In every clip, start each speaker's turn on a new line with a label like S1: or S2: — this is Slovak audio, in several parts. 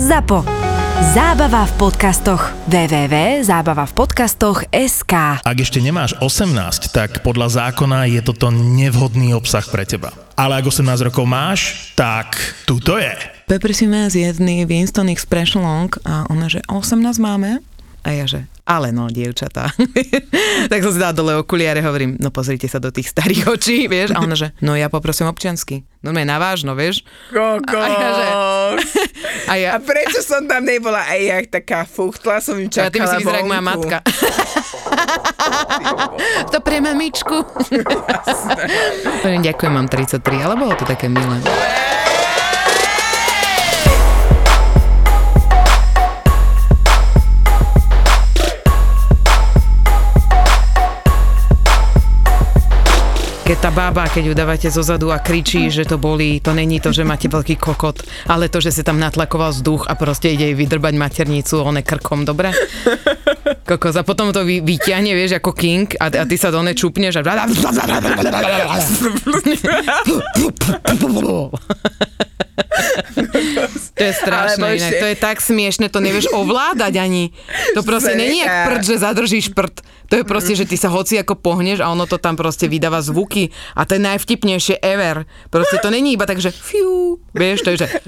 S1: ZAPO. Zábava v podcastoch. www.zábavavpodcastoch.sk
S2: Ak ešte nemáš 18, tak podľa zákona je toto nevhodný obsah pre teba. Ale ak 18 rokov máš, tak tu to je.
S3: Peprisy nás jedný Winston ich sprešlong a ona, že 18 máme? A ja, že ale no, dievčatá. tak som si dala dole okuliare, hovorím, no pozrite sa do tých starých očí, vieš? A ona, že no ja poprosím občiansky. No na vážno, vieš?
S4: Kokos.
S3: A ja, že... A ja,
S4: A prečo som tam nebola? Aj ja taká fuchtla som im
S3: čo, ja
S4: čakala
S3: ty si vyzerá ako moja
S4: vonku.
S3: matka. to pre mamičku. Hovorím, Ďakujem, mám 33, ale bolo to také milé. Keď tá bába, keď ju dávate zozadu a kričí, že to bolí, to není to, že máte veľký kokot, ale to, že si tam natlakoval vzduch a proste ide jej vydrbať maternicu, one krkom, dobre? Kokos, a potom to vy, vyťahne, vieš, ako king a, a ty sa do nej čupneš a... To je strašné,
S4: Alebo
S3: inak.
S4: ešte-
S3: to je tak smiešne, to nevieš ovládať ani. To proste
S4: Zveká.
S3: není jak prd, že zadržíš prd. To je proste, že ty sa hoci ako pohneš a ono to tam proste vydáva zvuky a to je najvtipnejšie ever. Proste to není iba tak, že fiu, vieš, to je, že...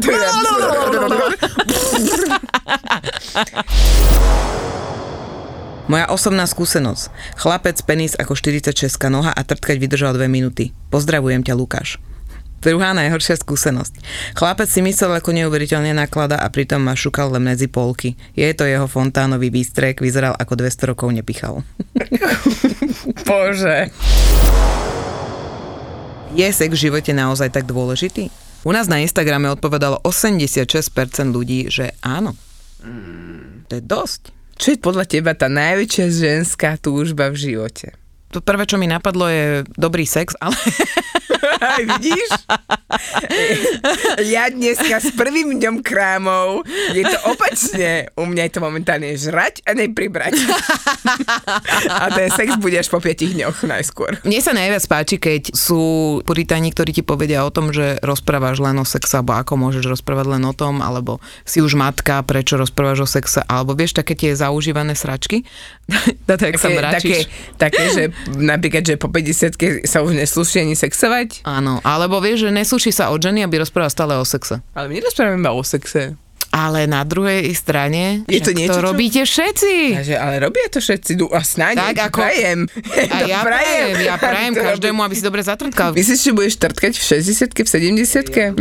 S3: Moja osobná skúsenosť. Chlapec, penis ako 46 noha a trtkať vydržal 2 minúty. Pozdravujem ťa, Lukáš. Druhá najhoršia skúsenosť. Chlapec si myslel, ako neuveriteľne naklada a pritom ma šukal len medzi polky. Je to jeho fontánový výstrek, vyzeral ako 200 rokov nepichal.
S4: Bože.
S3: Je sex v živote naozaj tak dôležitý? U nás na Instagrame odpovedalo 86% ľudí, že áno. To je dosť.
S4: Čo je podľa teba tá najväčšia ženská túžba v živote?
S3: To prvé, čo mi napadlo, je dobrý sex, ale
S4: Aj vidíš? Ja dneska s prvým dňom krámov je to opačne. U mňa je to momentálne žrať a nepribrať. A ten sex bude až po 5 dňoch najskôr.
S3: Mne sa najviac páči, keď sú puritáni, ktorí ti povedia o tom, že rozprávaš len o sexe, alebo ako môžeš rozprávať len o tom, alebo si už matka, prečo rozprávaš o sexe, alebo vieš, také tie zaužívané sračky. Také, No sa
S4: také,
S3: mračíš.
S4: také, že napríklad, že po 50 sa už neslúši ani sexovať.
S3: Áno, alebo vieš, že nesúši sa od ženy, aby rozprával stále o sexe.
S4: Ale my nerozprávame iba o sexe.
S3: Ale na druhej strane,
S4: Je to
S3: však
S4: niečo,
S3: to
S4: čo-
S3: robíte všetci.
S4: Takže, ale robia to všetci. du- A snáď
S3: Tak
S4: ja
S3: ako-
S4: prajem.
S3: A
S4: To
S3: ja prajem, ja prajem
S4: To robí-
S3: každému, aby si dobre zatrtkal.
S4: Myslíš, že budeš trtkať v 60 v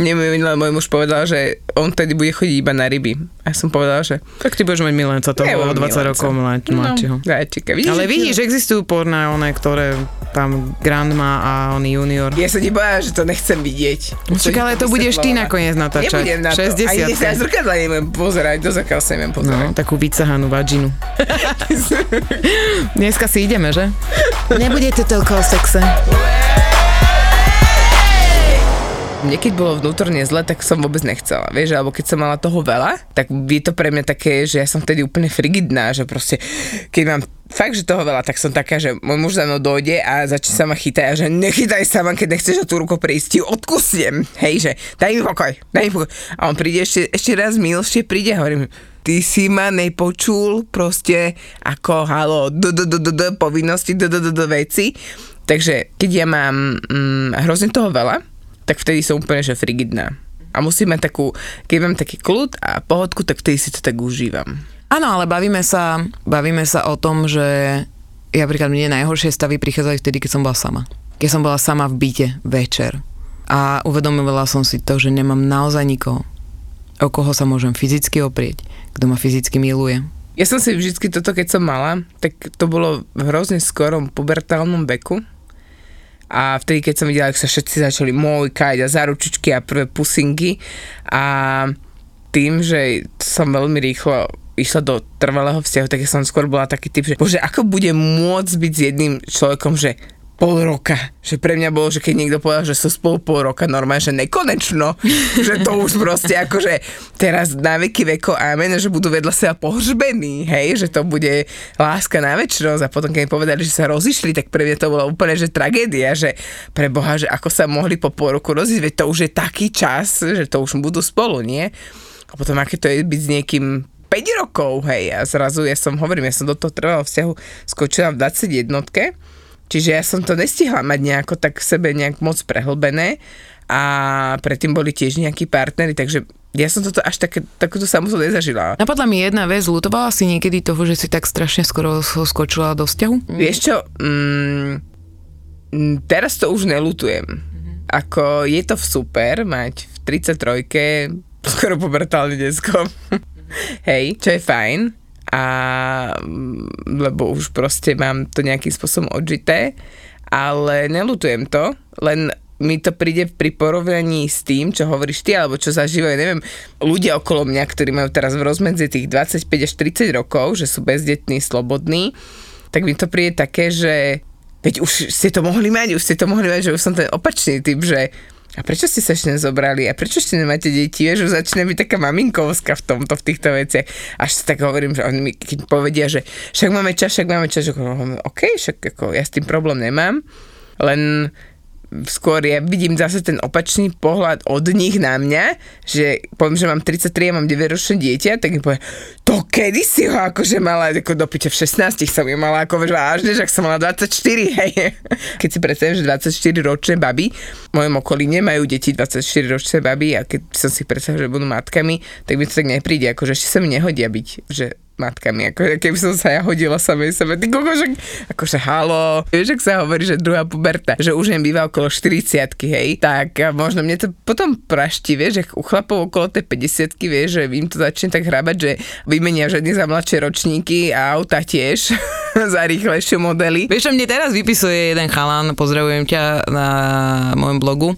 S4: 70 Nie, môj, minulý môj muž povedal, že on tedy bude chodiť iba na ryby. A som povedala, že...
S3: Tak ty budeš mať milenca
S4: nemám milenca. No, Zajčíka, vidíš?
S3: Ale
S4: že-
S3: vidíš, existujú porná one, ktoré tam grandma a on junior.
S4: Ja sa ti bojala, že to nechcem vidieť.
S3: Čak, No, ale to budeš ty nakoniec natáčať.
S4: Nebudem na to. Ani
S3: 60-ke.
S4: sa na zrkadla neviem pozerať, do zrkadla sa neviem pozerať.
S3: No, takú vycahanú vaginu. Dneska si ideme, že? Nebude to toľko o sexe.
S4: Mne keď bolo vnútorne zle, tak som vôbec nechcela, vieš, alebo keď som mala toho veľa, tak je to pre mňa také, že ja som vtedy úplne frigidná, že proste, keď mám fakt, že toho veľa, tak som taká, že môj muž za mnou dojde a začne sa ma chytať a že nechytaj sa ma, keď nechceš na tú ruku prísť, ti ju odkusnem, hej, že daj mi pokoj, daj mi pokoj. A on príde ešte, ešte raz milšie, príde a hovorím, ty si ma nepočul proste ako halo, do, do, do, do, do, povinnosti, do, do, do, do veci. Takže keď ja mám mm, hrozne toho veľa, tak vtedy som úplne že frigidná. A musím mať takú, keď mám taký kľud a pohodku, tak vtedy si to tak užívam.
S3: Áno, ale bavíme sa, bavíme sa o tom, že ja príklad mne najhoršie stavy prichádzali vtedy, keď som bola sama. Keď som bola sama v byte večer a uvedomila som si to, že nemám naozaj nikoho, o koho sa môžem fyzicky oprieť, kto ma fyzicky miluje.
S4: Ja som si vždycky toto, keď som mala, tak to bolo v hrozne skorom pubertálnom veku. A vtedy, keď som videla, ako sa všetci začali mojkať a zaručičky a prvé pusingy a tým, že som veľmi rýchlo išla do trvalého vzťahu, tak ja som skôr bola taký typ, že bože, ako bude môcť byť s jedným človekom, že pol roka. Že pre mňa bolo, že keď niekto povedal, že sú spolu pol roka, normálne, že nekonečno. že to už proste akože teraz na veky veko amen, že budú vedľa seba pohřbení, hej, že to bude láska na väčšnosť. A potom, keď mi povedali, že sa rozišli, tak pre mňa to bola úplne, že tragédia, že pre Boha, že ako sa mohli po pol roku rozísť, veď to už je taký čas, že to už budú spolu, nie? A potom aké to je byť s niekým 5 rokov, hej, a zrazu ja som, hovorím, ja som do toho trvalého vzťahu skočila v 21 čiže ja som to nestihla mať nejako tak v sebe nejak moc prehlbené a predtým boli tiež nejakí partnery, takže ja som toto až také, takúto samotu nezažila.
S3: Napadla mi jedna vec, lutovala si niekedy toho, že si tak strašne skoro so skočila do vzťahu?
S4: Vieš čo, mm, mm, teraz to už nelutujem. Ako je to super mať v 33 skoro pubertálne decko. Hej, čo je fajn. A mm, lebo už proste mám to nejakým spôsobom odžité, ale nelutujem to, len mi to príde pri porovnaní s tým, čo hovoríš ty, alebo čo zažívajú, neviem, ľudia okolo mňa, ktorí majú teraz v rozmedzi tých 25 až 30 rokov, že sú bezdetní, slobodní, tak mi to príde také, že veď už ste to mohli mať, už ste to mohli mať, že už som ten opačný typ, že a prečo ste sa ešte nezobrali? A prečo ešte nemáte deti? Vieš, už začne byť taká maminkovská v tomto, v týchto veciach. Až si tak hovorím, že oni mi keď povedia, že však máme čas, však máme čas, že hovorím, OK, však ako, ja s tým problém nemám, len skôr ja vidím zase ten opačný pohľad od nich na mňa, že poviem, že mám 33 a mám 9 ročné dieťa, tak mi povie, to kedy si ho akože mala, ako do piče v 16 som ju mala, ako vážne, že ak som mala 24, hej. Keď si predstavím, že 24 ročné baby, v mojom okolí nemajú deti 24 ročné baby a keď som si predstavila, že budú matkami, tak mi to tak nepríde, akože ešte sa mi nehodia byť, že matkami, ako keby som sa ja hodila samej sebe, ty kokošek, akože halo, vieš, ak sa hovorí, že druhá puberta, že už im býva okolo 40 hej, tak a možno mne to potom prašti, vieš, ak u chlapov okolo tej 50 vieš, že im to začne tak hrábať, že vymenia ženy za mladšie ročníky a auta tiež za rýchlejšie modely.
S3: Vieš, čo mne teraz vypisuje jeden chalan, pozdravujem ťa na mojom blogu,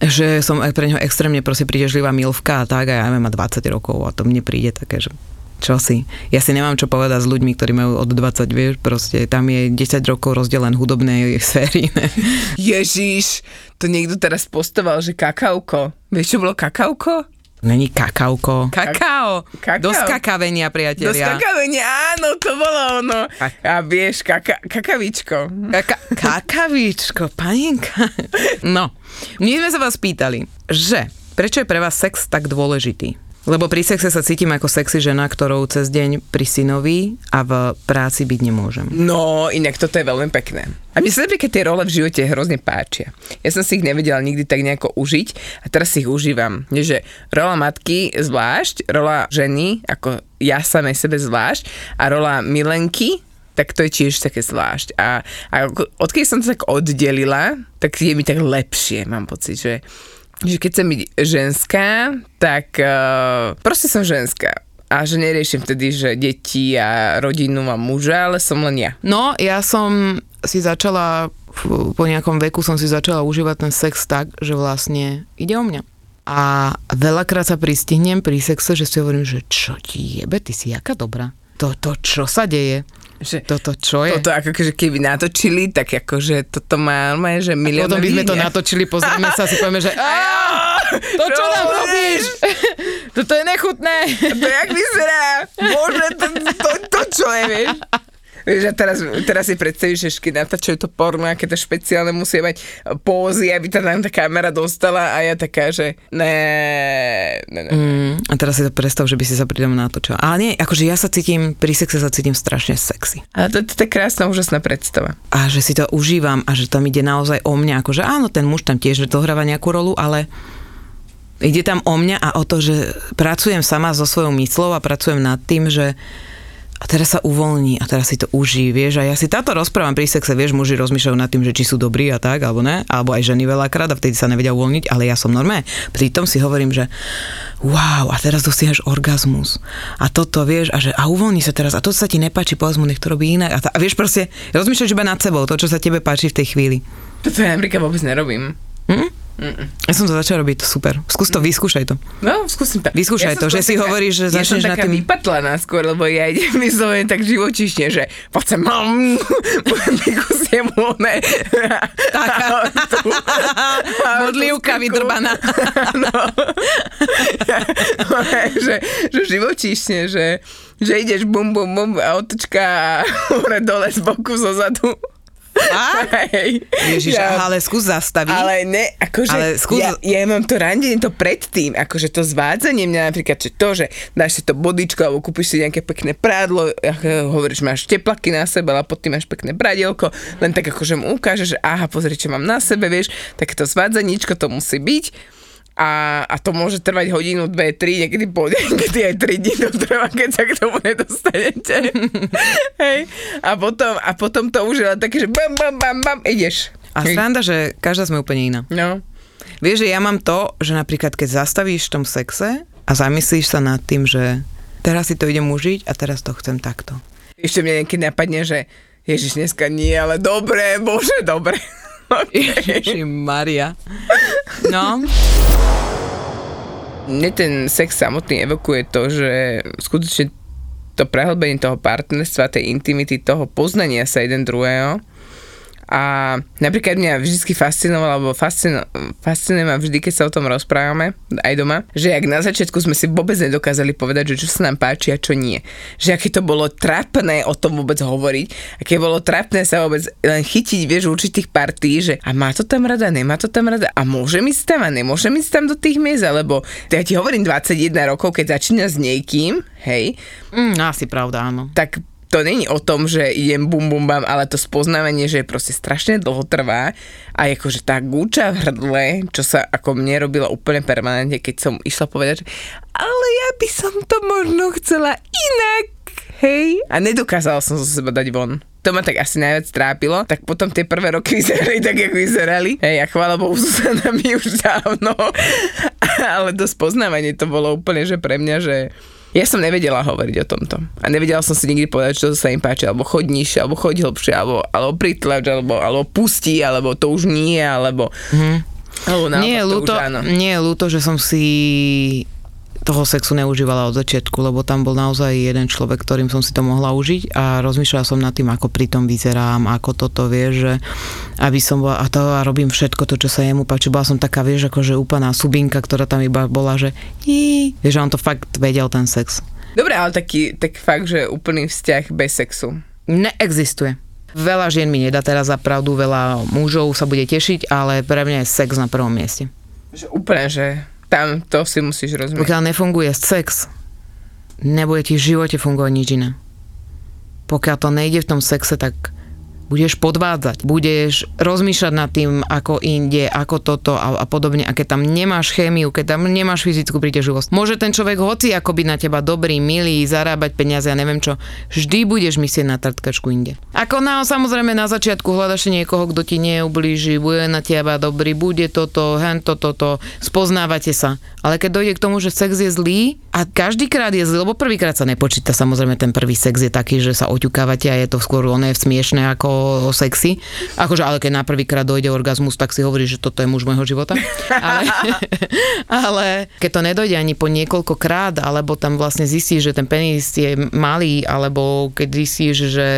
S3: že som aj pre ňoho extrémne proste prídežlivá milvka a tak a ja neviem, má 20 rokov a to mne príde také, že čo si. Ja si nemám čo povedať s ľuďmi, ktorí majú od 20, vieš, proste tam je 10 rokov rozdiel len hudobnej sféry. Ne?
S4: Ježiš, to niekto teraz postoval, že kakauko. Vieš, čo bolo kakauko?
S3: Není kakauko. Kakao.
S4: Kakao.
S3: Do skakavenia,
S4: Do
S3: priatelia.
S4: skakavenia, áno, to bolo ono. A vieš, kaka, kakavičko.
S3: Kaka- kakavičko, panienka. No, my sme sa vás pýtali, že prečo je pre vás sex tak dôležitý? Lebo pri sexe sa cítim ako sexy žena, ktorou cez deň pri synovi a v práci byť nemôžem.
S4: No, inak toto je veľmi pekné. A mne sa napríklad tie role v živote hrozne páčia. Ja som si ich nevedela nikdy tak nejako užiť a teraz si ich užívam. Nie, Že rola matky zvlášť, rola ženy, ako ja samej sebe zvlášť a rola milenky, tak to je tiež také zvlášť. A, a ako- odkedy som sa tak oddelila, tak je mi tak lepšie, mám pocit, že, že keď chcem byť ženská, tak uh, proste som ženská. A že neriešim vtedy, že deti a rodinu a muža, ale som len ja.
S3: No, ja som si začala, f- po nejakom veku som si začala užívať ten sex tak, že vlastne ide o mňa. A veľakrát sa pristihnem pri sexe, že si hovorím, že čo ti jebe, ty si jaká dobrá. Toto čo sa deje?
S4: Že
S3: Toto čo je?
S4: toto ako že keby natočili, tak akože toto má normálne, že milión
S3: Potom by sme to natočili, pozrieme sa a si povieme, že "Á, to čo nám robíš? Toto je nechutné.
S4: To jak vyzerá? Bože, to, to, to čo je, vieš? Vieš, a teraz, teraz si predstavíš, že keď natáčajú to porno, aké to špeciálne musia mať pózy, aby tam nám tá kamera dostala a ja taká, že ne, ne, ne.
S3: Mm, a teraz si to predstav, že by si sa pridom natočila. Ale nie, akože ja sa cítim, pri sexe sa cítim strašne sexy.
S4: Ale to, to, je krásna, úžasná predstava.
S3: a že si to užívam a že tam ide naozaj o mňa, akože áno, ten muž tam tiež dohráva nejakú rolu, ale ide tam o mňa a o to, že pracujem sama so svojou myslou a pracujem nad tým, že a teraz sa uvoľní a teraz si to uží, vieš, a ja si táto rozprávam pri sexe, vieš, muži rozmýšľajú nad tým, že či sú dobrí a tak, alebo ne, alebo aj ženy veľakrát a vtedy sa nevedia uvoľniť, ale ja som normé. Pritom si hovorím, že wow, a teraz dosiahaš orgazmus a toto, vieš, a že a uvoľní sa teraz a to, čo sa ti nepáči, povedz mu, nech to robí inak a, tá, a vieš, proste rozmýšľaš iba nad sebou, to, čo sa tebe páči v tej chvíli.
S4: Toto ja napríklad vôbec nerobím.
S3: Hm? Ja som to začala robiť, to super. Skús to, vyskúšaj to.
S4: No, skúsim to.
S3: Vyskúšaj
S4: som
S3: to, že
S4: skôr
S3: si hovoríš, že
S4: ja
S3: začneš
S4: som
S3: nad
S4: taká
S3: tým-
S4: vypatlaná skôr, lebo ja idem vyslovene tak živočišne, že poď sem, mám, vykusiem mu, ne.
S3: Taká. Modlivka vydrbaná.
S4: no. že, že živočíšne, že, že ideš bum, bum, bum a otočka a hore dole z boku zo zadu.
S3: A?
S4: Hej.
S3: Ježiš,
S4: Ja-
S3: aha, ale skús zastaviť.
S4: Ale ne, akože
S3: Ale
S4: ale
S3: skús-
S4: ja, ja mám to randenie to predtým, akože to zvádzanie mňa napríklad, že to, že dáš si to bodičko alebo kúpiš si nejaké pekné prádlo, ako hovoríš, máš teplaky na sebe, ale potom máš pekné bradielko, len tak akože mu ukážeš, že aha, pozri, čo mám na sebe, vieš, tak to zvádzaníčko to musí byť. A, a to môže trvať hodinu, dve, tri, niekedy po niekedy aj tri dní to trvá, keď sa k tomu nedostanete. Hej. A potom, a potom to už je len také, že bam, bam, bam, bam, ideš.
S3: A
S4: Hej.
S3: sranda, že každá sme úplne iná.
S4: No.
S3: Vieš, že ja mám to, že napríklad keď zastavíš v tom sexe a zamyslíš sa nad tým, že teraz si to idem užiť a teraz to chcem takto.
S4: Ešte mne niekedy napadne, že Ježiš, dneska nie, ale dobre, bože, dobre. Okay.
S3: Ježiši Maria. No,
S4: Mne ten sex samotný evokuje to, že skutočne to prehlbenie toho partnerstva, tej intimity, toho poznania sa jeden druhého. A napríklad mňa vždy fascinovalo, alebo fascino, fascinuje ma vždy, keď sa o tom rozprávame, aj doma, že ak na začiatku sme si vôbec nedokázali povedať, že čo sa nám páči a čo nie. Že aké to bolo trapné o tom vôbec hovoriť, aké bolo trapné sa vôbec len chytiť, vieš, určitých partí, že a má to tam rada, nemá to tam rada a môžem ísť tam a nemôžem ísť tam do tých miest, alebo ja ti hovorím 21 rokov, keď začína s niekým, hej,
S3: mm, asi pravda, áno.
S4: tak to není o tom, že idem bum bum bam, ale to spoznávanie, že proste strašne dlho trvá a akože tá gúča v hrdle, čo sa ako mne robila úplne permanentne, keď som išla povedať, že ale ja by som to možno chcela inak, hej? A nedokázala som zo seba dať von. To ma tak asi najviac trápilo, tak potom tie prvé roky vyzerali tak, ako vyzerali. Hej, a chvála Bohu, Zuzana mi už dávno. ale to spoznávanie to bolo úplne, že pre mňa, že ja som nevedela hovoriť o tomto. A nevedela som si nikdy povedať, čo sa im páči, alebo choď nižšie, alebo choď hlbšie, alebo, alebo pritlač, alebo, alebo pustí, alebo to už nie, alebo... Mm. alebo naopak,
S3: nie, je
S4: to už
S3: ľúto,
S4: áno.
S3: nie je ľúto, že som si toho sexu neužívala od začiatku, lebo tam bol naozaj jeden človek, ktorým som si to mohla užiť a rozmýšľala som nad tým, ako pri tom vyzerám, ako toto vieš, že aby som bola, a to a robím všetko to, čo sa jemu páči. Bola som taká, vieš, akože úplná subinka, ktorá tam iba bola, že jí, vieš, a on to fakt vedel ten sex.
S4: Dobre, ale taký, tak fakt, že úplný vzťah bez sexu.
S3: Neexistuje. Veľa žien mi nedá teraz za pravdu, veľa mužov sa bude tešiť, ale pre mňa je sex na prvom mieste.
S4: Že úplne, že tam to si musíš rozumieť.
S3: Pokiaľ nefunguje sex, nebude ti v živote fungovať nič iné. Pokiaľ to nejde v tom sexe, tak budeš podvádzať, budeš rozmýšľať nad tým, ako inde, ako toto a, a podobne. A keď tam nemáš chémiu, keď tam nemáš fyzickú príťažlivosť, môže ten človek hoci ako byť na teba dobrý, milý, zarábať peniaze, ja neviem čo, vždy budeš myslieť na tartkačku inde. Ako na, samozrejme na začiatku hľadaš niekoho, kto ti neublíži, bude na teba dobrý, bude toto, hen toto, toto, spoznávate sa. Ale keď dojde k tomu, že sex je zlý a každýkrát je zlý, lebo prvýkrát sa nepočíta, samozrejme ten prvý sex je taký, že sa oťukávate a je to skôr ono je smiešne ako sexy. Akože, ale keď na prvýkrát dojde orgazmus, tak si hovoríš, že toto je muž môjho života. Ale, ale keď to nedojde ani po niekoľkokrát, alebo tam vlastne zistíš, že ten penis je malý, alebo keď zistíš, že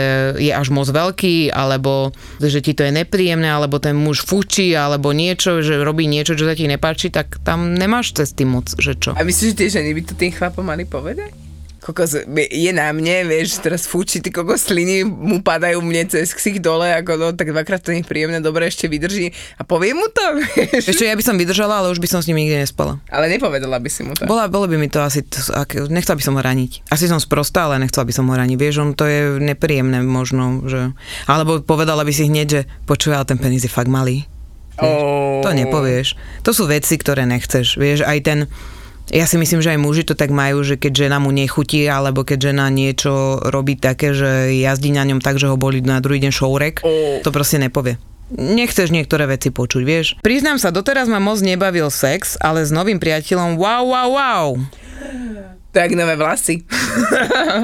S3: je až moc veľký, alebo že ti to je nepríjemné, alebo ten muž fučí, alebo niečo, že robí niečo, čo sa ti nepáči, tak tam nemáš cesty moc, že čo.
S4: A myslíš, že tie ženy by to tým chlapom mali povedať? Kokos, je na mne, vieš, teraz fúči, ty kokos sliny mu padajú mne cez ksich dole, ako no, tak dvakrát to nie je príjemné, dobre, ešte vydrží a poviem mu to, vieš.
S3: Ešte ja by som vydržala, ale už by som s ním nikdy nespala.
S4: Ale nepovedala by si mu to.
S3: Bola, bolo by mi to asi, t- ak- nechcela by som ho raniť. Asi som sprostá, ale nechcela by som ho raniť. Vieš, on to je nepríjemné možno, že... Alebo povedala by si hneď, že počuj, ale ten penis je fakt malý.
S4: Oh.
S3: To nepovieš. To sú veci, ktoré nechceš. Vieš, aj ten... Ja si myslím, že aj muži to tak majú, že keď žena mu nechutí, alebo keď žena niečo robí také, že jazdí na ňom tak, že ho boli na druhý deň šourek,
S4: Oh.
S3: to proste nepovie. Nechceš niektoré veci počuť, vieš. Priznám sa, doteraz ma moc nebavil sex, ale s novým priateľom wow, wow, wow.
S4: Tak nové vlasy.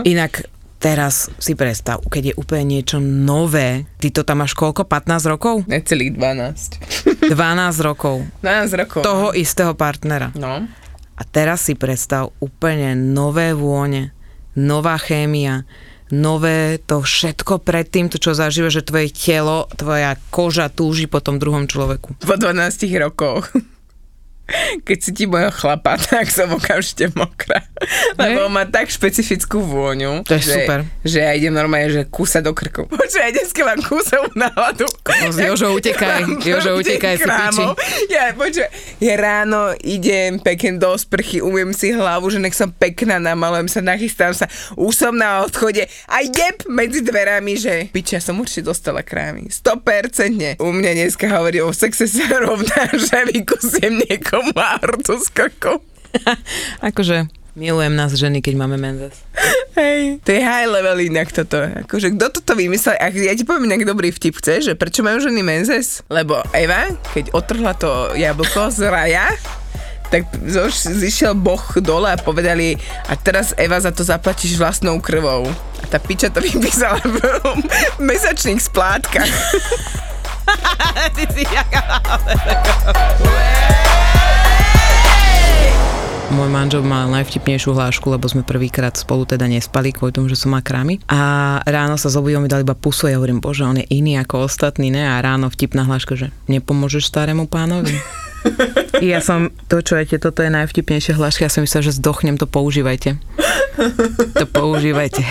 S3: Inak teraz si predstav, keď je úplne niečo nové, ty to tam máš koľko, 15 rokov?
S4: Necelých 12.
S3: 12 rokov
S4: 12 rokov.
S3: toho istého partnera.
S4: No.
S3: A teraz si predstav úplne nové vône, nová chémia, nové to všetko predtým, to čo zažíva, že tvoje telo, tvoja koža túži po tom druhom človeku.
S4: Po 12 rokoch. Keď si ti mojho chlapa, tak som okamžite mokrá. Lebo on má tak špecifickú vôňu.
S3: To je
S4: že,
S3: super.
S4: Že ja idem normálne, že kúsa do krku. Počkaj, ja dneska mám kúsa na hladu.
S3: Kokos, Jožo, No, utekaj. Jožo, utekaj, si
S4: Ja, počkaj, ja ráno idem pekne do sprchy, umiem si hlavu, že nech som pekná, namalujem sa, nachystám sa, už som na odchode a jeb medzi dverami, že piča, som určite dostala krámy. 100%. U mňa dneska hovorí o sexe sa rovná, že vykusím niekomu artu s krkom.
S3: akože milujem nás ženy, keď máme menzes.
S4: Hej, to je high level inak toto. Akože kto toto vymyslel? A ja ti poviem inak dobrý vtip, chceš, že prečo majú ženy menzes? Lebo Eva, keď otrhla to jablko z raja, tak zoš, zišiel boh dole a povedali, a teraz Eva za to zaplatíš vlastnou krvou. A tá piča to vypísala v mesačných splátkach.
S3: Môj manžel mal najvtipnejšiu hlášku, lebo sme prvýkrát spolu teda nespali kvôli tomu, že som má krámy. A ráno sa zobudil, mi dal iba pusu a ja hovorím, bože, on je iný ako ostatní, ne? A ráno vtipná hláška, že nepomôžeš starému pánovi. ja som, to čo je, toto je najvtipnejšia hláška, ja som myslela, že zdochnem, to používajte. To používajte.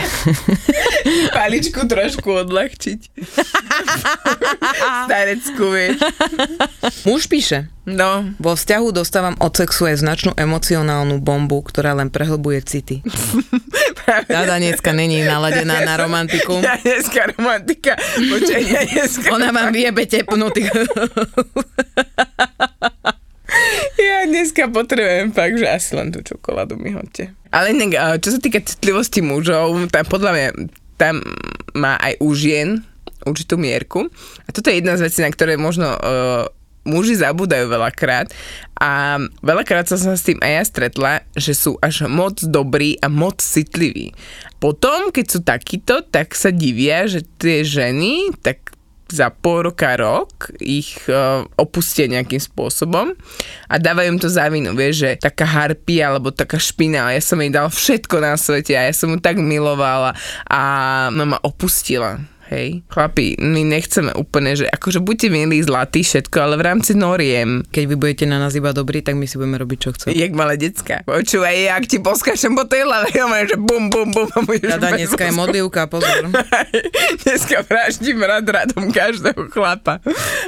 S4: Paličku trošku odľahčiť. Stareckú, vieš.
S3: Muž píše,
S4: No,
S3: vo vzťahu dostávam od sexu aj značnú emocionálnu bombu, ktorá len prehlbuje city.
S4: práve
S3: Tá dneska není naladená na romantiku.
S4: Ja dneska romantika. Počkaj, ja dneska...
S3: Ona vám vyjebe tepnú. ty-
S4: Ja dneska potrebujem fakt, že asi len tú čokoládu mi hoďte. Ale inak, a čo sa týka citlivosti mužov, tam podľa mňa tam má aj u žien určitú mierku. A toto je jedna z vecí, na ktoré možno uh, muži zabúdajú veľakrát. A veľakrát som sa s tým aj ja stretla, že sú až moc dobrí a moc citliví. Potom, keď sú takíto, tak sa divia, že tie ženy, tak za pol roka, rok ich uh, opustia nejakým spôsobom a dávajú im to za vinu, vieš, že taká harpia alebo taká špina, a ja som jej dal všetko na svete a ja som ju tak milovala a ona ma opustila. Hej, chlapi, my nechceme úplne, že akože buďte milí, zlatí, všetko, ale v rámci noriem,
S3: Keď vy budete na nás iba dobrí, tak my si budeme robiť, čo chceme.
S4: jak malé decka. Počúvaj, ak ti poskášem po tej hlave, ja mám, že bum, bum, bum a budeš
S3: Rada
S4: bez
S3: dneska je
S4: mozgu.
S3: modlivka, pozor.
S4: Dneska vraždím rad radom každého chlapa.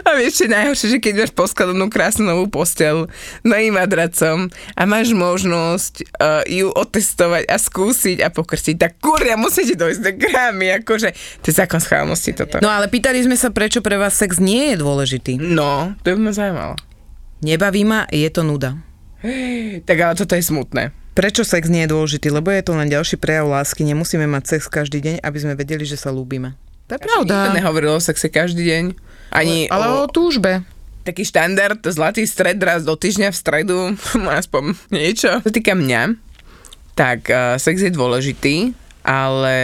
S4: A vieš, čo je najhoršie, že keď máš poskladanú krásnu novú postel novým madracom a máš možnosť uh, ju otestovať a skúsiť a pokrstiť, tak kurja, musíte dojsť do krámy, akože, to je zákon schálnosti toto.
S3: No ale pýtali sme sa, prečo pre vás sex nie je dôležitý.
S4: no, to by ma zaujímalo.
S3: Nebaví ma, je to nuda.
S4: Tak ale toto je smutné.
S3: Prečo sex nie je dôležitý? Lebo je to len ďalší prejav lásky. Nemusíme mať sex každý deň, aby sme vedeli, že sa ľúbime. To je
S4: Nikto nehovoril o sexe každý deň. Ani o,
S3: túžbe.
S4: taký štandard, zlatý stred raz do týždňa v stredu, aspoň niečo. Čo sa týka mňa, tak uh, sex je dôležitý, ale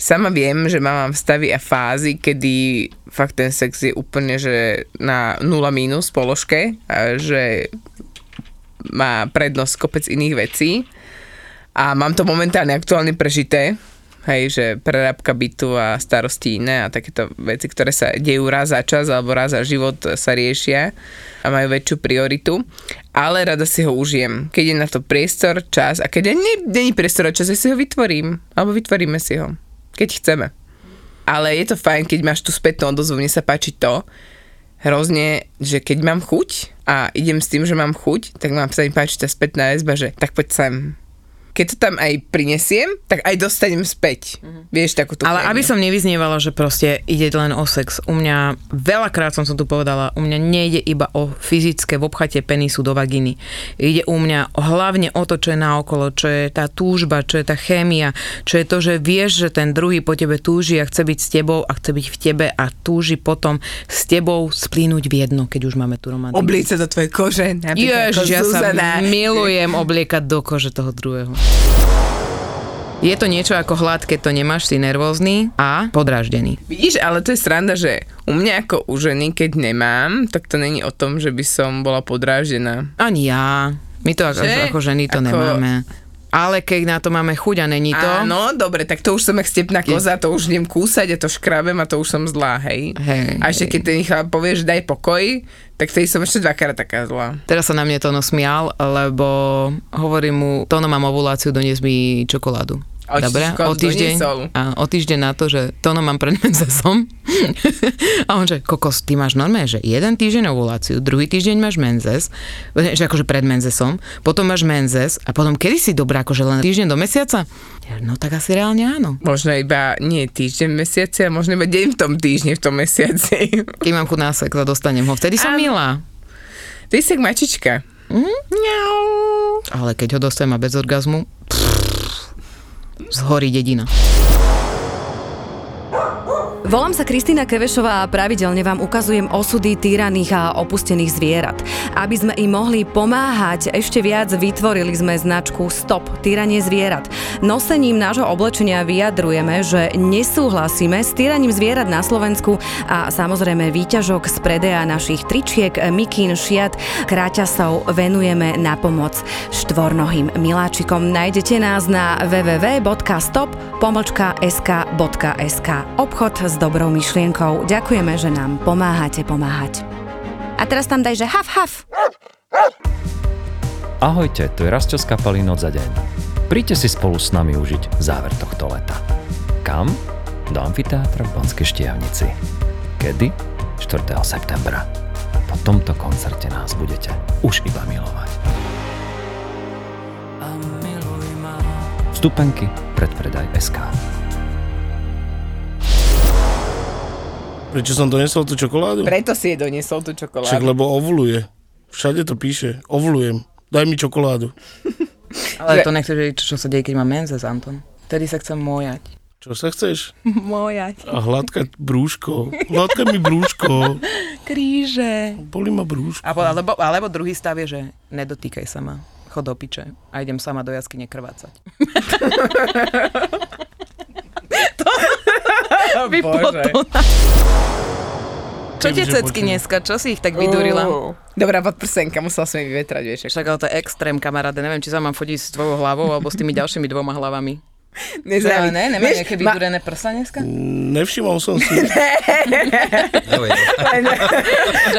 S4: sama viem, že mám stavy a fázy, kedy fakt ten sex je úplne, že na nula mínus položke, a že má prednosť kopec iných vecí a mám to momentálne aktuálne prežité, hej, že prerábka bytu a starosti iné a takéto veci, ktoré sa dejú raz za čas alebo raz za život e, sa riešia a majú väčšiu prioritu, ale rada si ho užijem, keď je na to priestor, čas a keď nie, nie je priestor a čas, ja si ho vytvorím, alebo vytvoríme si ho, keď chceme. Ale je to fajn, keď máš tú spätnú odozvu, mne sa páči to, hrozne, že keď mám chuť a idem s tým, že mám chuť, tak mám sa mi páči tá spätná väzba, že tak poď sem. Keď to tam aj prinesiem, tak aj dostanem späť. Vieš, takú tú
S3: Ale
S4: chémiu.
S3: aby som nevyznievala, že proste ide len o sex. U mňa, veľakrát som sa tu povedala, u mňa nejde iba o fyzické vobchatie penisu do vaginy. Ide u mňa hlavne o to, čo je naokolo, čo je tá túžba, čo je tá chémia, čo je to, že vieš, že ten druhý po tebe túži a chce byť s tebou a chce byť v tebe a túži potom s tebou splínuť v jedno, keď už máme tú romantiku.
S4: Oblieť sa do tvojej kože, napríklad
S3: Ježiš,
S4: ako
S3: ja sa
S4: Zuzana.
S3: milujem obliekať do kože toho druhého. Je to niečo ako hlad, keď to nemáš, si nervózny a podráždený.
S4: Vidíš, ale to je sranda, že u mňa ako u ženy, keď nemám, tak to není o tom, že by som bola podráždená.
S3: Ani ja. My to ako,
S4: Že?
S3: ako ženy to
S4: Ako-
S3: nemáme. Ale keď na to máme chuť a není to...
S4: Áno, dobre, tak to už som jak stepná koza, to už idem kúsať a to škrabem a to už som zlá, hej.
S3: Hej,
S4: a ešte
S3: hej.
S4: keď ten chlap povie, že daj pokoj, tak vtedy som ešte dvakrát taká zlá.
S3: Teraz sa na mne Tono smial, lebo hovorím mu, Tono mám ovuláciu, donies mi čokoládu.
S4: A on ti
S3: Dobre,
S4: čokoládu
S3: o týždeň,
S4: doniesol.
S3: a, o týždeň na to, že Tono mám pred menzesom. a on že, kokos, ty máš normálne, že jeden týždeň ovuláciu, druhý týždeň máš menzes, že akože pred menzesom, potom máš menzes a potom kedy si dobrá, akože len týždeň do mesiaca? Ja, no tak asi reálne áno.
S4: Možno iba nie týždeň v mesiaci a možno iba deň v tom týždni v tom mesiaci.
S3: Keď mám chuť na sex a dostanem ho, vtedy som
S4: Áno.
S3: milá.
S4: Ty si jak mačička.
S3: Mm? Ale keď ho dostajem a bez orgazmu, pff, zhorí dedina.
S1: Volám sa Kristýna Kevešová a pravidelne vám ukazujem osudy týraných a opustených zvierat. Aby sme im mohli pomáhať ešte viac, vytvorili sme značku Stop týranie zvierat. Nosením nášho oblečenia vyjadrujeme, že nesúhlasíme s týraním zvierat na Slovensku a samozrejme výťažok z predaja našich tričiek, mikín, šiat, kráťasov venujeme na pomoc štvornohým miláčikom. Nájdete nás na www.stop.sk.sk obchod s dobrou myšlienkou. Ďakujeme, že nám pomáhate pomáhať. A teraz tam daj, že haf, haf.
S5: Ahojte, tu je Rasto z kapely Noc za deň. Príďte si spolu s nami užiť záver tohto leta. Kam? Do amfiteátra v Banskej štiavnici. Kedy? 4. septembra. Po tomto koncerte nás budete už iba milovať. Vstupenky predpredaj SK.
S6: Prečo som donesol tú čokoládu?
S4: Preto si jej doniesol tú
S6: Však
S4: čokoládu.
S6: lebo ovuluje. Všade to píše. Ovulujem. Daj mi čokoládu.
S3: Ale
S4: Že-
S3: to nechceš vedieť, čo, čo sa deje, keď mám menzes, Anton. Vtedy sa chcem mojať.
S6: Čo sa chceš?
S3: Mojať.
S6: A hladkať brúško. Hladkaj mi brúško.
S3: Kríže.
S6: Boli ma brúško.
S3: Alebo, alebo, alebo druhý stav je, že nedotýkaj sa ma. Chod do piče. A idem sama do jaskyne krvácať.
S4: Lebo
S3: Čo tie
S6: Kebyže
S3: cecky
S6: počujem.
S3: dneska? Čo si ich tak vydurila?
S4: Dobrá podprsenka, musela som jej vyvetrať, vieš. ak-
S3: Však ale to je extrém, kamaráde. Neviem, či sa mám fodiť s tvojou hlavou alebo s tými ďalšími dvoma hlavami.
S4: Nezdraví. Vieš, ma-
S3: prsa dneska?
S6: Nevšimol som si.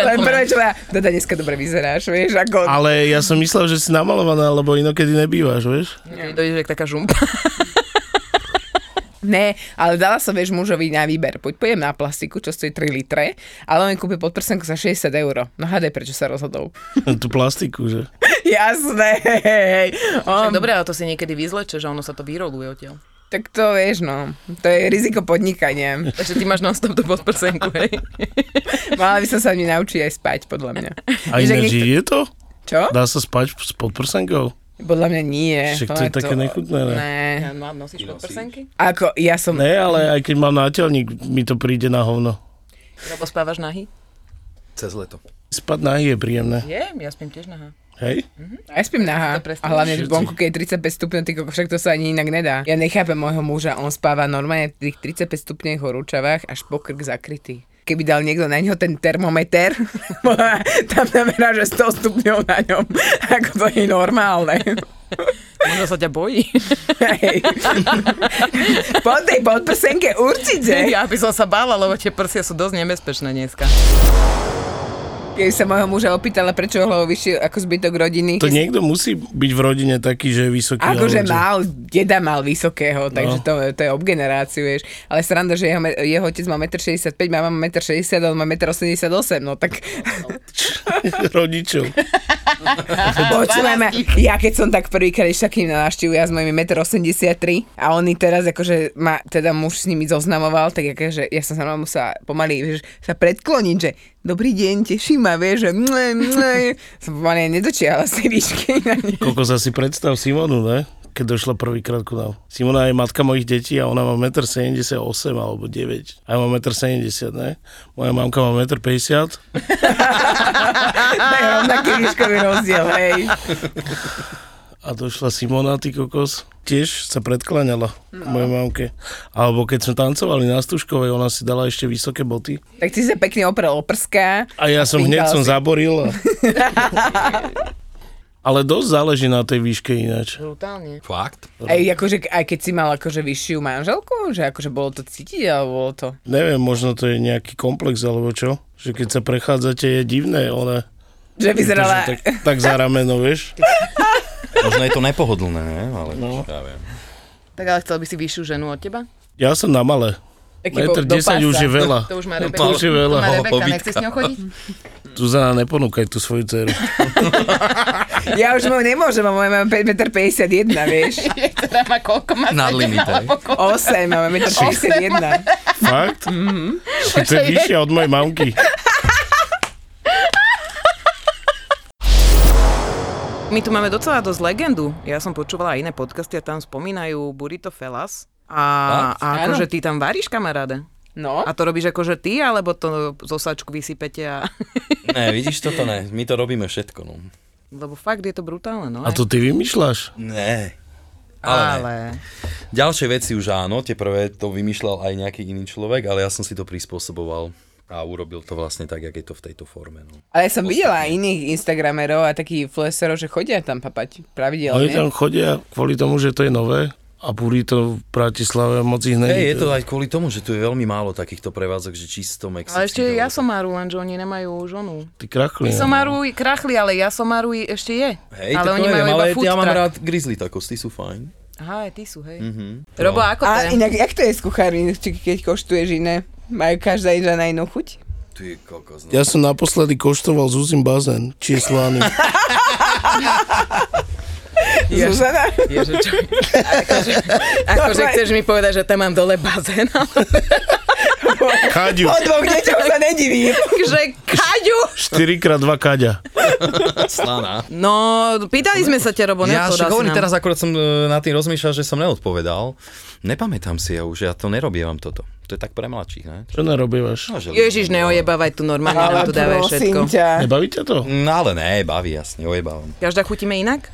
S4: Len prvé, čo ma... Dada, dneska dobre vyzeráš, vieš, ako...
S6: Ale ja som myslel, že si namalovaná, lebo inokedy nebývaš, vieš?
S3: Dojdeš jak taká žumpa.
S4: Ne, ale dala som, vieš, mužovi na výber. Poď pojem na plastiku, čo stojí 3 litre, ale on mi kúpi podprsenku za 60 eur. No hádaj, prečo sa rozhodol.
S6: Tú plastiku, že?
S4: Jasné, hej.
S3: Však
S4: On,
S3: dobre, ale to si niekedy vyzleče, že ono sa to vyroluje odtiaľ.
S4: tak to vieš, no. To je riziko podnikania.
S3: Takže ty máš non-stop tú podprsenku, hej?
S4: Mala by som sa mi naučiť aj spať, podľa mňa.
S6: A
S4: Vieš, ak
S6: ináč
S4: niekto-
S6: je to?
S4: Čo?
S6: Dá sa spať s podprsenkou?
S4: Podľa mňa nie.
S6: Však to je
S4: Ale
S6: také nechutné, ne?
S4: Ne.
S3: Ja, no, nosíš podprsenky?
S4: Ako, ja som...
S6: Ne, ale aj keď mám náteľník, mi to príde na hovno.
S3: Lebo spávaš nahý?
S7: Cez leto.
S6: Spať na je príjemné.
S3: Je, ja spím tiež nahá.
S6: Hej?
S4: Ja spím nahá.
S3: To presne.
S4: A hlavne v
S6: Všetci.
S4: bonku, keď je 35 stupňov, ty kokos, však to sa ani inak nedá. Ja nechápem môjho muža, on spáva normálne v tých 35 stupňov horúčavách až pokrk zakrytý. Keby dal niekto na ňo ten termometer, tam namerá, že 100 stupňov na ňom. Ako to je normálne.
S3: Možno sa ťa bojí.
S4: Hej. po tej podprsenke určite.
S3: Ja by som sa bála, lebo tie prsia sú dosť nebezpečné dneska.
S4: Keď sa môjho muža opýtala, prečo ho vyššie ako zbytok rodiny.
S6: To niekto musí byť v rodine taký, že je vysoký.
S4: Akože
S6: alebo že-
S4: mal, deda mal vysokého, takže to, to je obgeneráciu, vieš. Ale sranda, že jeho, me- jeho otec má 1,65 m, mama má 1,60 m, on má 1,88 m, no tak
S6: rodičov.
S4: počúvaj ma, ja keď som tak prvýkrát išla k ním na návštevu, ja s mojimi 1,83 m a oni teraz akože ma teda muž s nimi zoznamoval, tak akože ja som sa normálne musela pomaly vieš, sa predkloniť, že dobrý deň, teším ma, vieš, že mle, mle. som pomaly nedočiala z tej výšky na ne.
S6: Koľko sa si predstav Simonu, ne? Keď došla prvýkrát ku nám. Simona je matka mojich detí a ona má 1,78 m alebo 9. A ja mám 1,70 m, ne? Moja mamka má 1,50 m.
S4: To je rovnaký výškový rozdiel, hej.
S6: A došla Simona, ty kokos. Tiež sa predkláňala no. mojej mamke. Alebo keď sme tancovali na Stužkovej, ona si dala ešte vysoké boty.
S4: Tak ty sa pekne oprel o prská.
S6: A ja som hneď
S4: Pinkala
S6: som
S4: si.
S6: zaboril. A... A Ale dosť záleží na tej výške ináč.
S4: Brutálne.
S7: Fakt?
S4: Aj, akože, aj keď si mal akože vyššiu manželku, že akože bolo to cítiť, alebo bolo to...
S6: Neviem, možno to je nejaký komplex alebo čo. Že keď sa prechádzate, je divné, ona
S4: Že vyzerala...
S6: Akože tak, tak za rameno, vieš.
S7: Možno je to nepohodlné, ne? Ale no. ja viem.
S8: Tak ale chcel by si vyššiu ženu od teba?
S6: Ja som na malé.
S4: Taký bol
S6: Meter
S4: do
S6: 10 už
S4: pása.
S6: je veľa. No,
S8: To už má
S6: To
S8: Rebeka.
S6: už je veľa.
S8: To má Rebeka,
S7: Hovitka.
S8: nechce s ňou chodiť?
S6: Zuzana, neponúkaj tú svoju dceru.
S4: Ja už moju nemôžem, a moja mám 5,51 m, vieš.
S8: Teda má koľko má?
S7: Nad
S8: sedem
S7: limite.
S8: alebo koľko?
S4: 8, máme 1,51 m.
S6: Fakt? Mm-hmm. To je vyššia od mojej mamky.
S3: My tu máme docela dosť legendu. Ja som počúvala aj iné podcasty a tam spomínajú Burrito Felas. A, a
S4: Áno.
S3: akože ty tam varíš, kamaráde.
S4: No,
S3: A to robíš akože ty, alebo to zo sačku vysypete a...
S7: Ne, vidíš, toto ne. My to robíme všetko, no.
S3: Lebo fakt je to brutálne, no.
S6: A to ty vymýšľaš?
S7: Ne. Ale, ale.
S3: Ale...
S7: Ďalšie veci už áno, tie prvé to vymýšľal aj nejaký iný človek, ale ja som si to prispôsoboval a urobil to vlastne tak, jak je to v tejto forme. No.
S4: ale ja som videla aj iných Instagramerov a takých influencerov, že chodia tam papať
S6: Oni tam
S4: pravidelne.
S6: chodia kvôli tomu, že to je nové a búri to v Bratislave moc ich není.
S7: Hej, je to aj kvôli tomu, že tu je veľmi málo takýchto prevádzok, že čisto Mexický.
S3: Ale ešte ja som Maru, lenže oni nemajú žonu.
S6: Ty no. krachli.
S3: Ty somaru krachli, ale ja somaru ešte je.
S7: Hej,
S3: ale
S7: tak
S3: oni
S7: to neviem,
S3: majú
S7: ale
S3: iba food
S7: ja mám
S3: truck.
S7: rád grizzly takos, ty sú fajn.
S3: Aha, aj ty sú, hej.
S7: Mhm.
S3: Robo, ako to je?
S4: A inak, jak to je s kuchármi, či keď koštuješ iné? Majú každá jedna na inú chuť?
S7: Ty kokos, no.
S6: Ja som naposledy koštoval Zuzin bazén, či je slaný.
S4: Zuzana?
S3: Akože chceš mi povedať, že tam mám dole bazén, ale
S6: Kaďu.
S4: Po dvoch deťoch sa nedivím.
S3: že kaďu!
S6: 4x2 kaďa.
S7: Slaná.
S3: No, pýtali sme sa ťa, Robo,
S7: Ja
S3: neodpovedal
S7: však
S3: si
S7: hovorím,
S3: nám.
S7: teraz akurát som e, nad tým rozmýšľal, že som neodpovedal. Nepamätám si ja už, ja to nerobievam toto. To je tak pre mladších, ne?
S6: Čo narobívaš?
S7: No, že
S3: Ježiš, neojebávaj tu normálne, nám tu dávaš všetko.
S4: ťa.
S6: Nebaví ťa to?
S7: No ale ne, baví, jasne, ojebávam.
S3: Každá chutíme inak?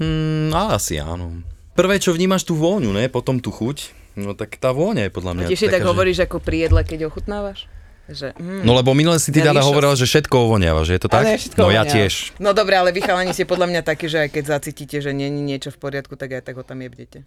S7: Mm, ale asi áno. Prvé, čo vnímaš tú vôňu, ne? Potom tú chuť. No tak tá vôňa je podľa mňa
S3: Tiež si tak
S7: taká, že...
S3: hovoríš ako pri jedle, keď ochutnávaš? Že, mm.
S7: No lebo minule si ty
S3: Ja
S7: Dada
S3: vyšla-
S7: hovorila, že všetko ovoniava, že je to tak?
S4: Áno, ja všetko
S7: no ja
S4: ovoniava.
S7: tiež.
S3: No dobre, ale vy chalani ste podľa mňa takí, že aj keď zacítite, že není niečo v poriadku, tak aj tak ho tam jebnete.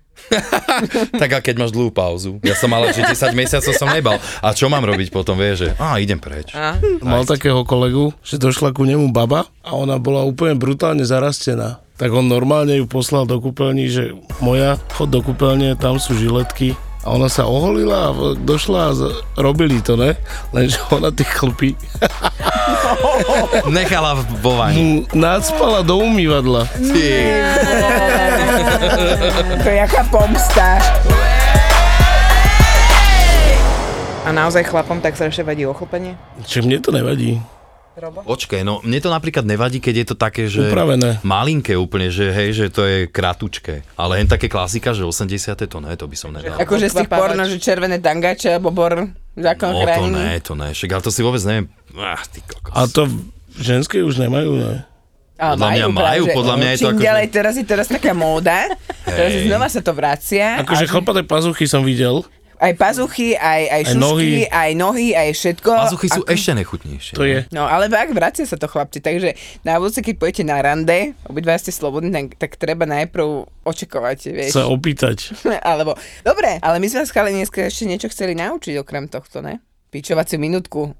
S7: Tak a keď máš dlhú pauzu. Ja som mal, že 10 mesiacov som nebal. A čo mám robiť potom, vieš, že a idem preč.
S3: A?
S6: Mal takého kolegu, že došla ku nemu baba a ona bola úplne brutálne zarastená. Tak on normálne ju poslal do kúpeľní, že moja, chod do kúpeľne, tam sú žiletky. A ona sa oholila a v- došla a z- robili to, ne? Lenže ona tie chlpy
S7: Nechala v- vo vani.
S6: mu nadspala do umývadla.
S7: Ty.
S4: To je jaká pomsta.
S3: A naozaj chlapom tak strašne vadí ochlpenie?
S6: Čiže mne to nevadí.
S7: Počkej, no mne to napríklad nevadí, keď je to také, že...
S6: Upravené.
S7: Malinké úplne, že hej, že to je kratučké. Ale len také klasika, že 80 to ne, to by som nedal.
S4: Akože z tých
S3: Ukvapávač.
S4: porno, že červené dangače, bobor, zákon
S7: No to
S4: krajiny.
S7: ne, to ne, však ale to si vôbec neviem. Ah, ty kokos.
S6: A to ženské už nemajú, ne?
S4: Ale
S7: Podľa mňa majú,
S4: práve, že
S7: podľa mňa je to
S4: čím
S7: akože-
S4: ďalej, teraz je teraz taká móda, teraz
S7: Hej.
S4: znova sa to vracia.
S6: Akože chlpaté pazuchy som videl,
S4: Aj pazuchy, aj, aj,
S6: Aj
S4: šušky,
S6: nohy.
S4: aj nohy, aj všetko.
S7: Pazuchy sú
S4: Ako-
S7: ešte nechutnejšie.
S6: to je.
S4: No ale ak vracia sa to chlapci, takže na budúce, keď pôjdete na rande, obidva ste slobodní, tak, tak treba najprv očakovať, vieš.
S6: Sa opýtať.
S4: Alebo, dobre, ale my sme s Chali dneska ešte niečo chceli naučiť okrem tohto, ne? Pičovaciu minútku.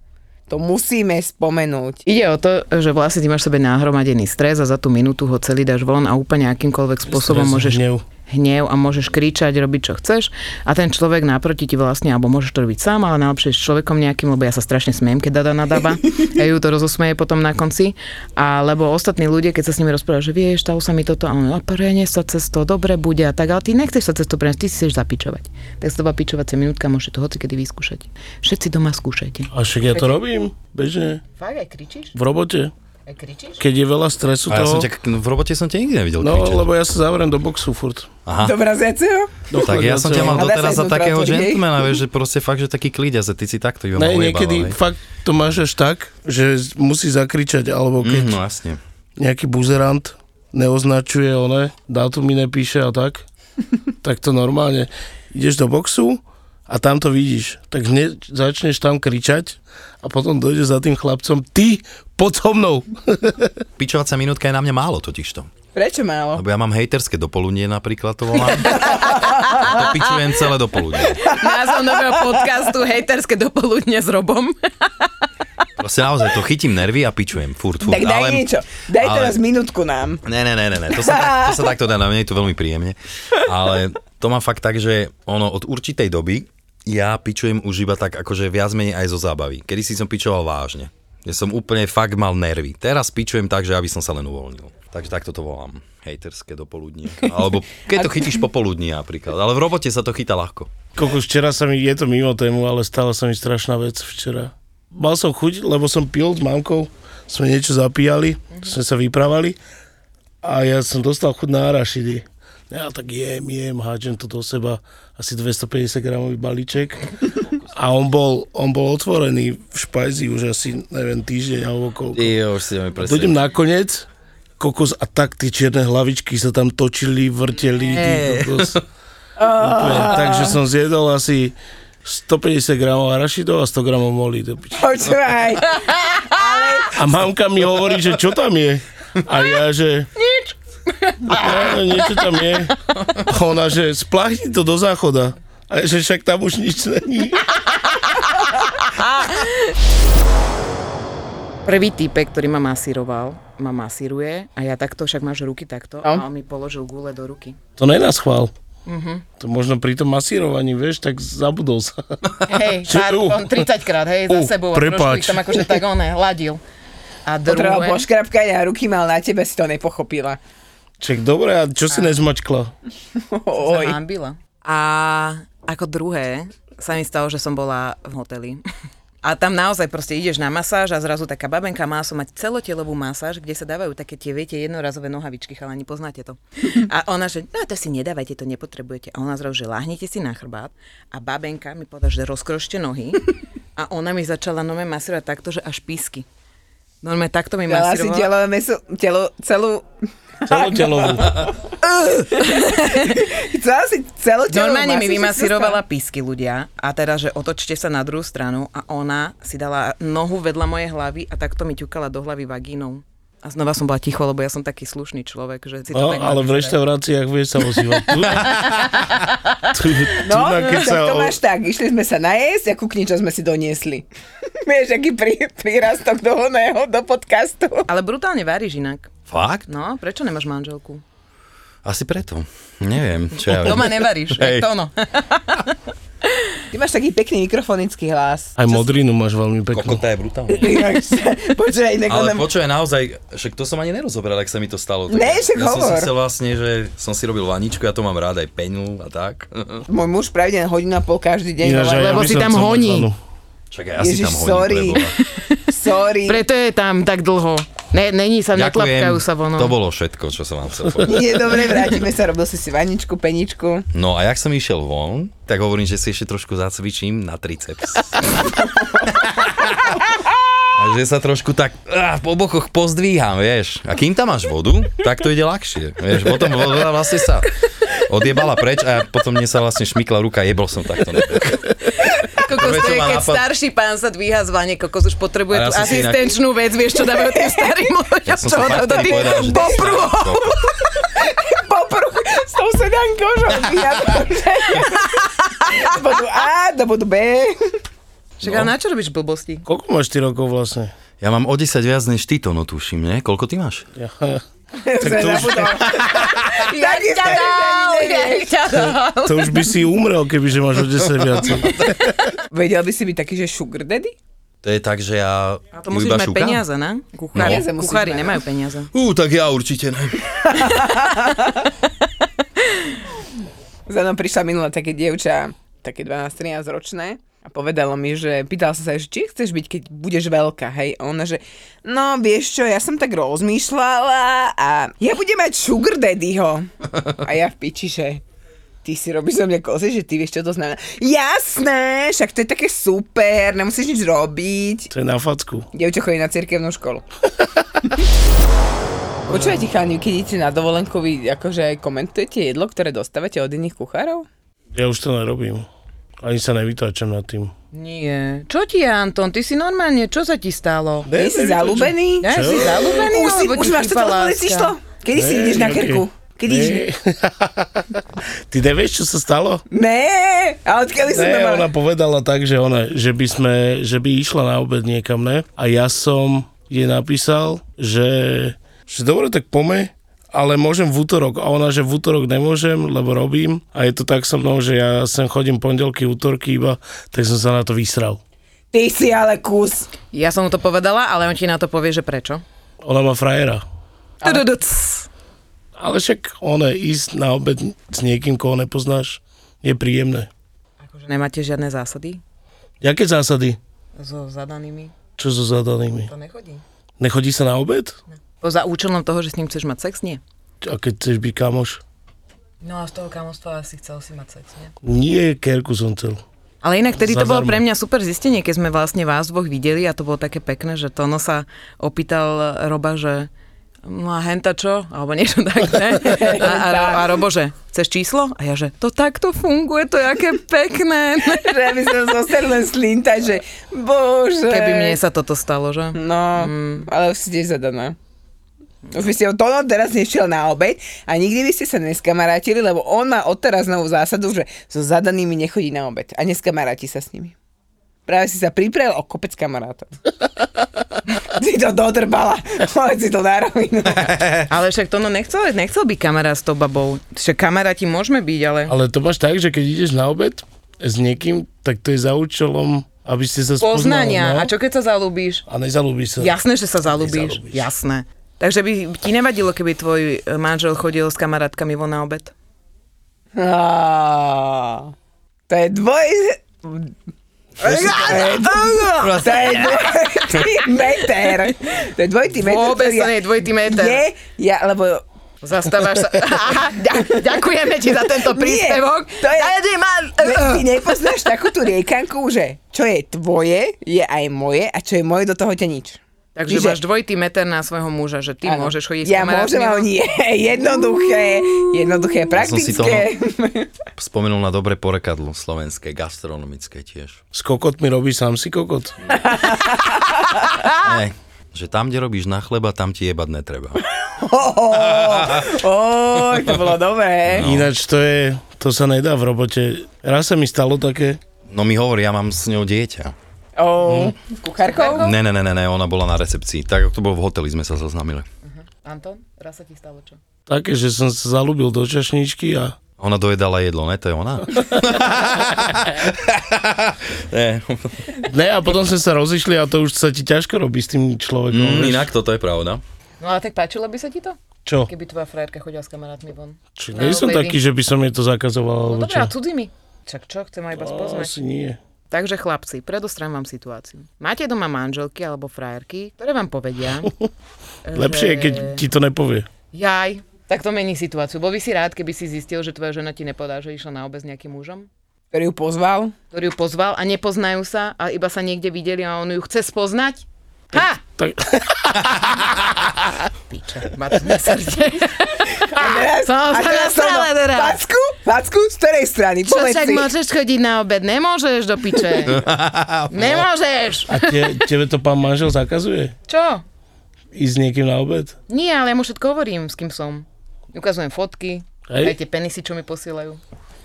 S4: To musíme spomenúť.
S3: Ide o to, že vlastne ty máš v sebe nahromadený stres a za tú minútu ho celý dáš von a úplne akýmkoľvek spôsobom
S6: Stres,
S3: môžeš
S6: hnev.
S3: hnev a môžeš kričať, robiť čo chceš a ten človek naproti ti vlastne, alebo môžeš to robiť sám, ale najlepšie s človekom nejakým, lebo ja sa strašne smiem, keď dada nadába, ja ju to rozosmeje potom na konci, a lebo ostatní ľudia, keď sa s nimi rozprávajú, že vieš, stalo sa mi toto, a on, a prenies sa cez to, dobre bude a tak, ale ty nechceš sa cez to preniesť, ty si chceš zapičovať. Tak sa to pičovacia minútka, môžete to hocikedy vyskúšať. Všetci doma skúšajte.
S6: A však ja to robím, bežne,
S3: Fakt, aj kričíš?
S6: v robote.
S3: Aj kričíš?
S6: Keď je veľa stresu
S7: A ja som
S6: toho,
S7: ťa, no, v robote som ťa nikdy nevidel
S6: no
S7: kričať.
S6: lebo ja sa zavriem do boxu furt.
S7: Aha.
S4: Do vraziaceho?
S6: Do
S7: Tak ja som ťa mal
S4: A dá sa
S7: doteraz
S4: ísť
S7: za
S4: vnútra
S7: takého
S4: otvoriť, hej?
S7: gentlemana, vieš, že proste fakt, že taký klidia, že ty si takto iba
S6: Ne,
S7: mal
S6: niekedy
S7: ujebával, hej.
S6: fakt to máš až tak, že z- musí zakričať, alebo
S7: Mm, no
S6: keď
S7: jasne.
S6: nejaký buzerant neoznačuje one, dátumy nepíše a tak, tak to normálne. Ideš do boxu a a tam to vidíš, tak hneď začneš tam kričať a potom dojde za tým chlapcom, ty, pod so mnou.
S7: Pičovacia minútka je na mňa málo totižto.
S4: Prečo málo?
S7: Lebo ja mám hejterské dopoludnie napríklad, to volám. to pičujem celé dopoludnie.
S8: Názov nového podcastu Hejterské dopoludne s Robom.
S7: Proste naozaj to chytím nervy a pičujem, furt, furt.
S4: Tak daj niečo. Daj
S7: ale-
S4: teraz minútku nám.
S7: Ne, ne, ne, ne, ne. To, sa tak, to sa takto dá, na mne je to veľmi príjemne. Ale to má fakt tak, že ono od určitej doby ja pičujem už iba tak akože viac menej aj zo zábavy. Kedy si som pičoval vážne. Ja som úplne fakt mal nervy. Teraz pičujem tak, že aby som sa len uvoľnil. Takže takto to volám. Hejterské dopoludnie. Alebo keď to chytíš popoludní napríklad. Ale v robote sa to chytá ľahko.
S6: Kokos, včera sa mi, je to mimo tému, ale stala sa mi strašná vec včera. Mal som chuť, lebo som pil s mamkou, sme niečo zapíjali, sme sa vyprávali a ja som dostal chuť na arašidy. Ja tak jem, jem, hádžem to do seba, asi 250 gramový balíček. A on bol, on bol otvorený v špajzi už asi, neviem, týždeň alebo koľko.
S7: Jo, už si mi
S6: Dojdem nakoniec, kokos a tak tie čierne hlavičky sa tam točili, vrteli, ty kokos. Úplne. Takže som zjedol asi 150 gramov arašidov a 100 gramov molí. do piči.
S4: Počúvaj.
S6: A mamka mi hovorí, že čo tam je? A ja, že... Nič. Ja, niečo tam je. A ona, že splachni to do záchoda. A ja, že však tam už nič není.
S9: Prvý týpek, ktorý ma masíroval, ma masíruje a ja takto, však máš ruky takto a
S4: No.
S9: on mi položil gule do ruky.
S6: To není nás chvál. To možno pri tom masírovaní, vieš, tak zabudol sa.
S8: Hej,
S6: Či-
S8: pár,
S6: u.
S8: on 30 krát, hej, za
S6: U,
S8: sebou.
S6: prepáč.
S8: Prepáč. Tam akože tak on hladil. A
S4: Potreboval
S8: druhé,
S4: poškrapkať a ruky mal na tebe, si to nepochopila.
S6: Čak, dobre, a čo si nezmačkla?
S4: Oj.
S8: hambila.
S3: A ako druhé sa mi stalo, že som bola v hoteli. A tam naozaj proste ideš na masáž a zrazu taká babenka má som mať celotelovú masáž, kde sa dávajú také tie, viete, jednorazové nohavičky, ale ani poznáte to. A ona, že no to si nedávajte, to nepotrebujete. A ona zrazu, že láhnite si na chrbát a babenka mi povedala, že rozkrošte nohy a ona mi začala nome masírovať takto, že až písky. Normálne takto mi
S4: Dala si
S3: masírovala.
S4: telové meso, telo, celú,
S6: Celotelovú.
S4: chcela si celú telo
S3: Normálne mi vymasírovala písky ľudia a teda, že otočte sa na druhú stranu a ona si dala nohu vedľa mojej hlavy a takto mi ťukala do hlavy vagínou. A znova som bola ticho, lebo ja som taký slušný človek, že si to
S6: No,
S3: tak
S6: ale v
S3: napísala.
S6: reštauráciách vieš sa ozývať. Tu, tu, tu,
S4: No,
S6: na, keď sa
S4: tak to
S6: o,
S4: máš tak, išli sme sa najesť a kukni, čo sme si doniesli. Vieš, aký prí, prírastok do oného, do podcastu.
S3: Ale brutálne varíš inak.
S7: Fakt?
S3: No, prečo nemáš manželku?
S7: Asi preto. Neviem, čo ja viem.
S3: Doma nevaríš,
S7: Hej.
S3: to no. ono.
S4: Ty máš taký pekný mikrofonický hlas.
S6: Aj modrinu máš veľmi peknú.
S7: Kokota je brutálne.
S4: Počúvaj, inak
S7: Ale
S4: ale
S7: počuje naozaj, však to som ani nerozoberal, ak sa mi to stalo. Tak
S4: Ne, však
S7: ja som si
S4: hovor.
S7: chcel vlastne, že som si robil vaničku, ja to mám rád aj peňu a tak.
S4: môj muž pravidelne hodinu a pol každý deň.
S6: Ináč, aj
S4: volá,
S6: ja
S4: lebo
S6: by
S4: si
S6: som
S4: tam
S6: chcel mať
S4: honí.
S6: lanú.
S7: Čak aj ja si
S4: Ježiš,
S7: tam hodím
S4: sorry.
S7: plebola.
S4: Sorry.
S10: Preto je tam tak dlho. Ne, není sa,
S7: Ďakujem,
S10: netlapkajú sa von.
S7: to bolo všetko, čo som vám chcel povedať.
S4: Nie, dobre, vrátime sa, robil si si vaničku, peničku.
S7: No a jak som išiel von, tak hovorím, že si ešte trošku zacvičím na triceps. a že sa trošku tak ah, po bokoch pozdvíham, vieš. A kým tam máš vodu, tak to ide ľahšie. Vieš, potom voda vlastne sa odjebala preč a potom mne sa vlastne šmykla ruka, jebol som takto. na bok.
S3: Kokos,
S7: Prvé,
S3: to
S7: čo
S3: je,
S7: ma
S3: keď
S7: napad-
S3: starší pán sa dvíha z vane, kokos už
S7: Ale ja
S3: potrebuje tú
S7: som si inak-
S3: asistenčnú vec, vieš, čo dávajú tým starým ľuďom,
S7: Ja som
S3: čo
S7: sa
S3: ono
S7: fakt
S3: do
S7: vtedy
S3: tých
S7: povedal, že
S3: poprúhov.
S4: Poprú s tou sedankou, že odbíja to, že... Do bodu A, do bodu B.
S3: Však, ale na čo robíš blbosti?
S6: Koľko máš ty rokov vlastne?
S7: Ja mám o 10 viac než ty to, no tuším, nie? Koľko ty máš?
S6: Ja,
S4: Tak to už...
S3: Ja
S4: Taký
S3: ťa dal,
S4: starý ani
S3: ja
S4: nevieš.
S3: ťa dal.
S6: to už by si umrel, kebyže máš o 10 viac.
S4: Vedel by si byť taký, že sugar daddy?
S7: To je tak, že ja
S3: To
S7: ju
S3: musíš
S7: iba
S3: mať
S7: šukám?
S3: peniaze, ne? Kuchári,
S4: Peniaze musíš
S3: kuchári
S4: mať, no.
S3: nemajú peniaze.
S7: Ú, tak ja určite ne.
S4: Za mnou prišla minula také dievča, také 12-13 ročné a povedala mi, že pýtala sa sa, že či chceš byť, keď budeš veľká, hej? A ona, že no vieš čo, ja som tak rozmýšľala a ja budem mať sugar daddyho. A ja v piči, že ty si robíš zo mňa kozy, že ty vieš, čo to znamená. Jasné, však to je také super, nemusíš nič robiť.
S6: To je na facku.
S4: Dievča chodí na cirkevnú školu. Počúvate chalani, keď idete na dovolenku, vy akože komentujete jedlo, ktoré dostávate od iných kuchárov?
S6: Ja už to nerobím. Ani sa nevytáčam nad tým.
S3: Nie. Čo ti je, Anton? Ty si normálne, čo sa ti stalo?
S6: Ne,
S4: si
S6: nevytáčam.
S4: zalúbený?
S3: Ja si zalúbený,
S4: Už, si,
S3: alebo
S4: už
S3: ti
S4: máš
S3: chýba
S4: toto odpovedné
S3: láska?
S4: číslo? Kedy si
S6: Ne,
S4: ideš na
S6: nie,
S4: krku? Kedy ideš?
S6: Nie. Ty nevieš, čo sa stalo?
S4: Ne, a odkedy som to
S6: Ne,
S4: mala?
S6: ona povedala tak, že, ona, že, by sme, že by išla na obed niekam, ne? A ja som jej napísal, že, že dobre, tak pome, ale môžem v útorok. A ona, že v útorok nemôžem, lebo robím. A je to tak so mnou, že ja sem chodím pondelky, útorky iba, tak som sa na to vysral.
S4: Ty si ale kus.
S3: Ja som mu to povedala, ale on ti na to povie, že prečo.
S6: Ona má frajera.
S4: Tududuc.
S6: Ale však ona ísť na obed s niekým, koho nepoznáš, je príjemné.
S3: Akože nemáte žiadne zásady
S6: Jaké zásady?
S3: so zadanými?
S6: Čo so zadanými?
S3: To nechodí.
S6: Nechodí sa na obed?
S3: Po za účelom toho, že s ním chceš mať sex, nie?
S6: A keď chceš byť kamoš?
S3: No a z toho kamostva asi chcel si mať sex, nie?
S6: Nie, kerku som chcel.
S3: Ale inak tedy to bolo
S6: Zadarmo.
S3: pre mňa super zistenie, keď sme vlastne vás dvoch videli a to bolo také pekné, že Tono sa opýtal Roba, že no a henta čo? Alebo niečo tak, ne? A, a, a Robo, že chceš číslo? A ja, že to takto funguje, to je aké pekné.
S4: Že ja by som zostal len slintať, že bože.
S3: Keby mne sa toto stalo, že?
S4: No,
S11: Mm.
S4: ale už si tiež zadaná. Už by ste o Tono teraz nešiel na obed a nikdy by ste sa neskamarátili, lebo on má odteraz novú zásadu, že so zadanými nechodí na obed a neskamaráti sa s nimi. Práve si sa priprel o kopec kamarátov. Ty to dodrbala, povedz si to na rovinu.
S3: Ale však Tono nechcel, nechcel byť kamarát s tou babou. Však kamaráti môžeme byť, ale...
S6: Ale to máš tak, že keď ideš na obed s niekým, tak to je za účelom, aby ste sa spoznali.
S3: Poznania.
S6: no?
S3: A čo keď sa zalúbíš?
S6: A nezalúbiš sa.
S3: Jasné, že sa zalúbíš.
S6: Nezalúbíš.
S3: Jasné. Takže by ti nevadilo, keby tvoj e, manžel chodil s kamarátkami von na obed?
S4: Á, To je dvoj... To je dvojitý meter. To je dvojitý meter.
S11: Vôbec
S4: ktorý
S11: to nie je dvojitý meter.
S4: Je, ja, lebo
S11: Zastávaš sa. Aha, ďa- ďakujeme ti za tento
S4: Nie,
S11: príspevok.
S4: to je-
S11: Dajte ma-
S4: Ne, ty nepoznáš takú tú riekanku, že čo je tvoje, je aj moje a čo je moje, do toho ťa nič.
S11: Takže
S4: Čiže-
S11: máš dvojitý meter na svojho muža, že ty
S4: Áno.
S11: môžeš chodiť s
S4: Ja
S11: kamarátmi
S3: no.
S4: môžem, ale
S11: von.
S4: nie. Jednoduché, jednoduché,
S7: som si
S4: praktické.
S7: Spomenul na dobre porekadlo slovenské, gastronomické tiež.
S6: S kokotmi robíš sám si kokot.
S7: Ne, že tam, kde robíš na chleba, tam ti jebať netreba.
S4: Ó, to bolo dobré.
S6: No. Ináč to je, to sa nedá v robote. Raz sa mi stalo také,
S7: No mi hovorí, ja mám s ňou dieťa. Mm.
S4: Ó, s kuchárkou?
S7: Ne, ne, ne, ne, ne, ona bola na recepcii. Tak ako to bolo v hoteli, sme sa zoznámili.
S11: Anton, raz sa ti stalo čo?
S6: také, že som sa zalúbil do čašničky a
S7: Ona dojedala jedlo, ne? To je ona? ne,
S6: ne, a potom sme sa rozišli a to už sa ti ťažko robí s tým človekom.
S7: Mm,
S6: vieš.
S7: inak toto je pravda.
S11: No ale tak páčilo by sa ti to?
S6: Čo?
S11: Keby tvoja frajerka chodila s kamarátmi von.
S6: Či, nie som
S11: baby.
S6: taký, že by som jej to zakazoval, alebo
S11: No
S6: čo?
S11: dobré, a cudzimi. Čak čo, chcem aj iba spoznať.
S6: Asi nie.
S3: Takže chlapci, predostrám vám situáciu. Máte doma manželky alebo frajerky, ktoré vám povedia,
S6: Lepšie je, keď ti to nepovie.
S3: jaj, tak to mení situáciu. Bol by si rád, keby si zistil, že tvoja žena ti nepovedala, že išla na obec s nejakým mužom?
S4: Ktorý ju pozval.
S3: ktorý ju pozval a nepoznajú sa a iba sa niekde videli a on ju chce spoznať? Ha!
S6: tak-
S3: Piče, má to na srdce. Som
S4: A
S3: sa
S4: teraz som
S3: nasrala teraz.
S4: Facku? Facku? Z ktorej strany?
S3: Čo
S4: Povedz
S3: však
S4: si.
S3: môžeš chodiť na obed? Nemôžeš do piče. Nemôžeš.
S6: A te, tebe to pán manžel zakazuje?
S3: Čo?
S6: Ísť s niekým na obed?
S3: Nie, ale ja mu všetko hovorím, s kým som. Ukazujem fotky, aj
S6: Hej,
S3: tie penisy, čo mi posielajú.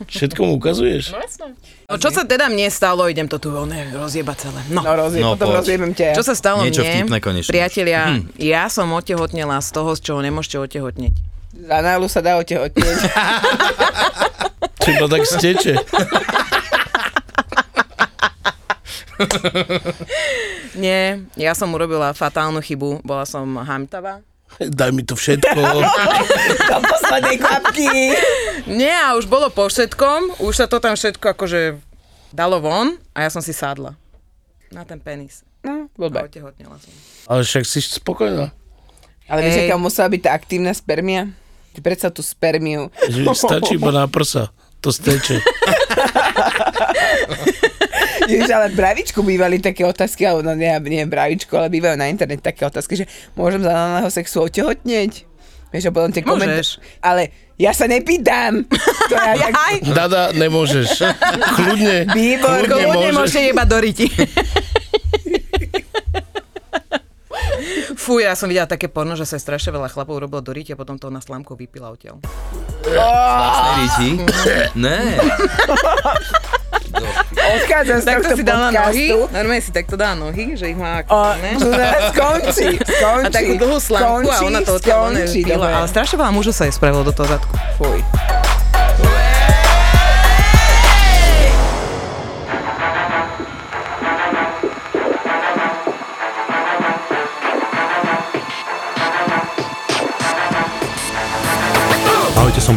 S6: všetko mu ukazuješ?
S3: No čo sa teda mne stalo? Idem to tu voľne rozjeba celé. No.
S4: No rozje,
S7: No,
S4: potom
S7: poď.
S4: rozjebem ťa.
S3: Čo sa stalo
S7: Niečo
S3: mne?
S7: vtipné konečne. Mhm.
S3: Priatelia, ja som otehotnela z toho, z čoho nemôžete otehotneť.
S4: Za nálu sa dá otehotnieť.
S6: Či to tak steče?
S3: Nie, ja som urobila fatálnu chybu, bola som hamtavá.
S6: Daj mi to všetko.
S4: Do poslednej kvapky.
S3: Nie, a už bolo po všetkom, už sa to tam všetko akože dalo von a ja som si sadla. Na ten penis.
S4: No,
S3: A
S4: blbé.
S3: otehotnela som.
S6: Ale však si spokojná.
S4: Ale
S3: Hej.
S4: vieš, aká musela byť tá aktívna spermia? Ty predsa tú spermiu.
S6: Že stačí iba na prsa. To steče.
S4: Ježiš, ale bravičku bývali také otázky, alebo no nie, nie bravičku, ale bývajú na internet také otázky, že môžem za náleho sexu otehotneť?
S12: Vieš, a potom tie komentáre.
S3: Môžeš.
S12: Ale ja sa nepýtam. To ja, tak...
S6: Dada, nemôžeš. Kľudne,
S12: Výbor,
S6: kľudne
S3: Kľudne
S6: môžeš.
S3: môžete iba do riti. Fú, ja som videla také porno, že sa strašne veľa chlapov robilo do riti a potom to na slámku vypila odtiaľ.
S7: Vlastné riti? Ne.
S12: Odchádzam z tohto
S3: Takto si dala nohy,
S12: podcastu.
S3: normálne si takto dá nohy, že ich má ako,
S12: O,
S3: ne?
S12: to teraz skončí, skončí.
S3: A takú dlhú slámku a
S12: skončí,
S3: ona to odtiaľ ne
S12: skončí, dobre.
S3: vypila. Ale strašne veľa mužov sa jej spravilo do toho zadku.
S12: Fuj.
S13: Ahojte, som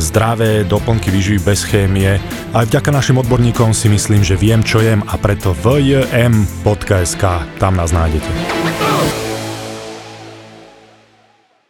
S13: zdravé doplnky výživy bez chémie. Aj vďaka našim odborníkom si myslím, že viem, čo jem a preto vjm.sk. Tam nás nájdete.